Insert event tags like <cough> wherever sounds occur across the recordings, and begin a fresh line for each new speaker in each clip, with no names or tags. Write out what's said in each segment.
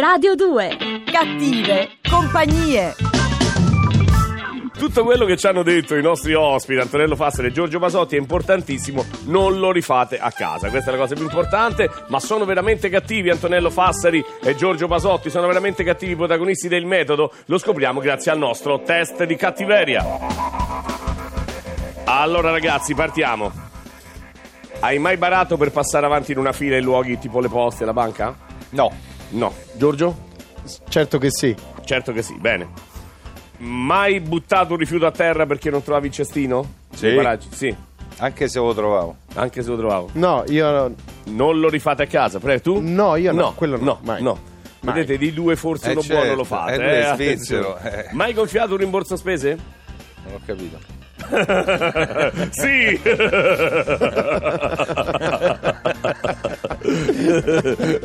Radio 2
Cattive compagnie.
Tutto quello che ci hanno detto i nostri ospiti, Antonello Fassere e Giorgio Basotti, è importantissimo. Non lo rifate a casa. Questa è la cosa più importante. Ma sono veramente cattivi Antonello Fassari e Giorgio Basotti. Sono veramente cattivi i protagonisti del metodo. Lo scopriamo grazie al nostro test di cattiveria. Allora, ragazzi, partiamo. Hai mai barato per passare avanti in una fila in luoghi tipo le poste e la banca?
No,
No. Giorgio?
certo che sì.
Certo che sì, bene. Mai buttato un rifiuto a terra perché non trovavi il cestino?
Sì.
Nei paraggi? Sì.
Anche se lo trovavo.
Anche se lo trovavo.
No, io
Non lo rifate a casa, prego tu?
No, io no, quello no,
no,
mai.
no.
Mai.
Vedete, di due forse
Eh,
uno buono
certo,
lo fate.
eh, lui è
attenzione.
svizzero, eh.
Mai gonfiato un rimborso
<laughs>
spese?
Non ho capito. <laughs>
sì!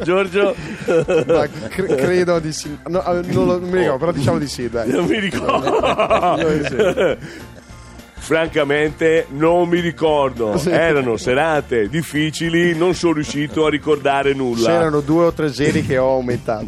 Giorgio, <laughs>
ma cre- credo di sì. No, eh, non, lo- non mi ricordo, però diciamo di sì, dai.
non mi ricordo. <laughs> Francamente non mi ricordo, erano serate difficili, non sono riuscito a ricordare nulla.
C'erano due o tre zeri che ho aumentato.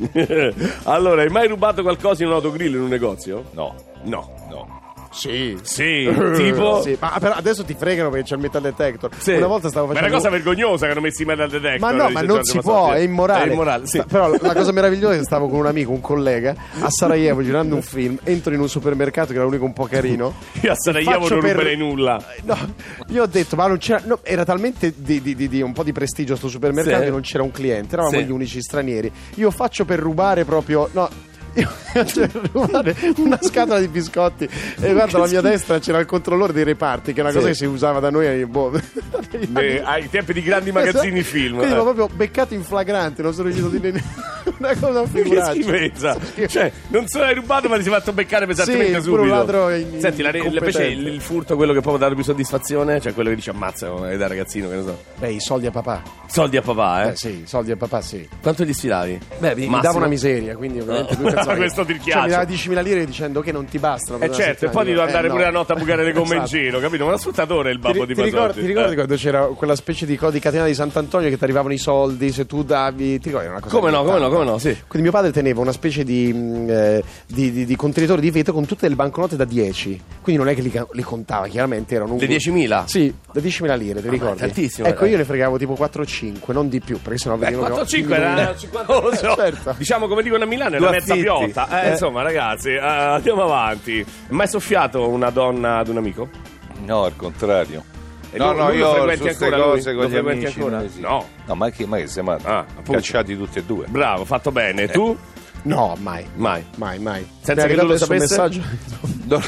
allora, hai mai rubato qualcosa in un autogrill in un negozio?
No,
No.
no.
Sì.
Sì, <laughs> tipo...
<laughs> Sì, ma però adesso ti fregano perché c'è il metal detector.
Sì.
Una volta stavo
Ma è
facendo
una cosa cioè, vergognosa che hanno messo i metal detector.
Ma no, ma
dice
non
Giorgio
si
Mazzotti.
può, è immorale.
È immorale, sì.
Sta- Però la cosa meravigliosa è che stavo con un amico, un collega, a Sarajevo girando un film, entro in un supermercato che era l'unico un po' carino.
<laughs> Io a Sarajevo
Faccio
non
per-
ruberei nulla.
No, io ho detto, ma non c'era. no, era talmente di, di- di- di un po' di prestigio sto supermercato
Sì.
che non c'era un cliente, eravamo
Sì.
gli unici stranieri. Io faccio per rubare proprio. No. <laughs> Io faccio per rubare una scatola di biscotti e guarda alla mia destra c'era il controllore dei reparti, che è una cosa
Sì.
che si usava da noi. Boh, negli
Beh, Eh, ai tempi di grandi magazzini
<laughs> Esatto.
film.
Quindi l'ho
eh.
proprio beccato in flagrante, non sono riuscito a dire ne- <laughs> una cosa
Che
figurata.
schifezza. Cioè, non solo hai rubato, ma ti sei fatto beccare pesantemente
Sì, pure
subito.
un ladro in-
Senti, la, la- invece il,
incompetente.
il furto, quello che può dare più soddisfazione, cioè quello che dici ammazza eh, da ragazzino, che ne so.
Beh, i soldi a papà.
Soldi a papà, eh.
Eh sì, i soldi a papà sì.
Quanto gli sfilavi? Beh,
Mi dava una miseria, quindi ovviamente
<laughs>
lui pensava che-
Questo ti
cioè,
piace.
mi dava 10.000 lire dicendo che non ti bastano. per
Eh
una
certo, e poi
settimana.
devo
Eh,
andare
no.
pure la notte a bucare le gomme in
Esatto.
giro, capito? Ma l'assfruttatore è il babbo
Ti,
di
ti
Basotti.
ricordi, ti ricordi
Eh.
quando c'era quella specie di codice catena di Sant'Antonio che ti arrivavano i soldi se tu davi? Ti ricordi? Era una cosa
Come no, come no, come no, sì.
Quindi mio padre teneva una specie di, mh, eh, di- di- di contenitore di vetro con tutte le banconote da 10. Quindi non è che li, ca- li contava, chiaramente erano un
Le 10.000?
Sì, da 10.000 lire, ti ricordi?
tantissimo,
Ecco,
eh.
io ne fregavo tipo 4 o 5, non di più, perché sennò
Beh,
vedevano
4 o
che ho-
5 era 50 lo so.
certo.
Diciamo come dicono a Milano, è una
Due
mezza
affitti.
piotta. Eh,
Eh.
Insomma, ragazzi, eh, andiamo avanti. Mai soffiato una donna ad un amico?
No, al contrario.
E lui- lui lo frequenti
queste
ancora, lui?
cose
Lo
con gli
frequenti
amici
ancora?
noi sì.
No.
No, ma che, ma che sei matto?
Ah, appunto.
Cacciati tutti
<laughs>
e due.
Bravo, fatto bene. Tu?
No, mai.
Eh, Mai.
Mai, mai.
Senza
Mi è
che tu lo
arrivato adesso un
sapesse?
messaggio. <laughs>
No.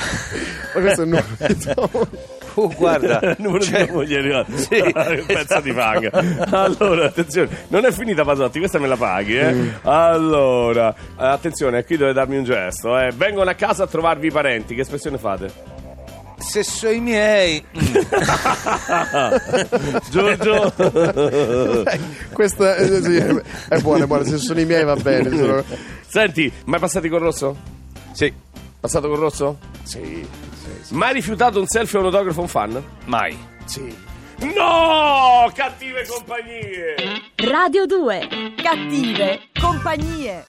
Ma questo
<laughs>
è nuovo.
<laughs> Oh, guarda.
numero
cioè,
di moglie è <laughs> arrivato.
Sì,
Un pezzo di paga. <laughs> Allora, attenzione, non è finita Pasotti, questa me la paghi, eh. Allora, eh, attenzione, qui dovete darmi un gesto, eh. Vengono a casa a trovarvi i parenti, che espressione <laughs> fate?
se sono i miei...
<laughs> Giorgio,
Questa eh, sì, è buona, è buona. Se sono i miei va bene. sono-
senti, mai passati col rosso?
Sì,
Passato col rosso?
Sì,
Mai rifiutato un selfie o un autografo a un fan?
mai.
sì.
No! Cattive compagnie!
Radio 2
Cattive compagnie.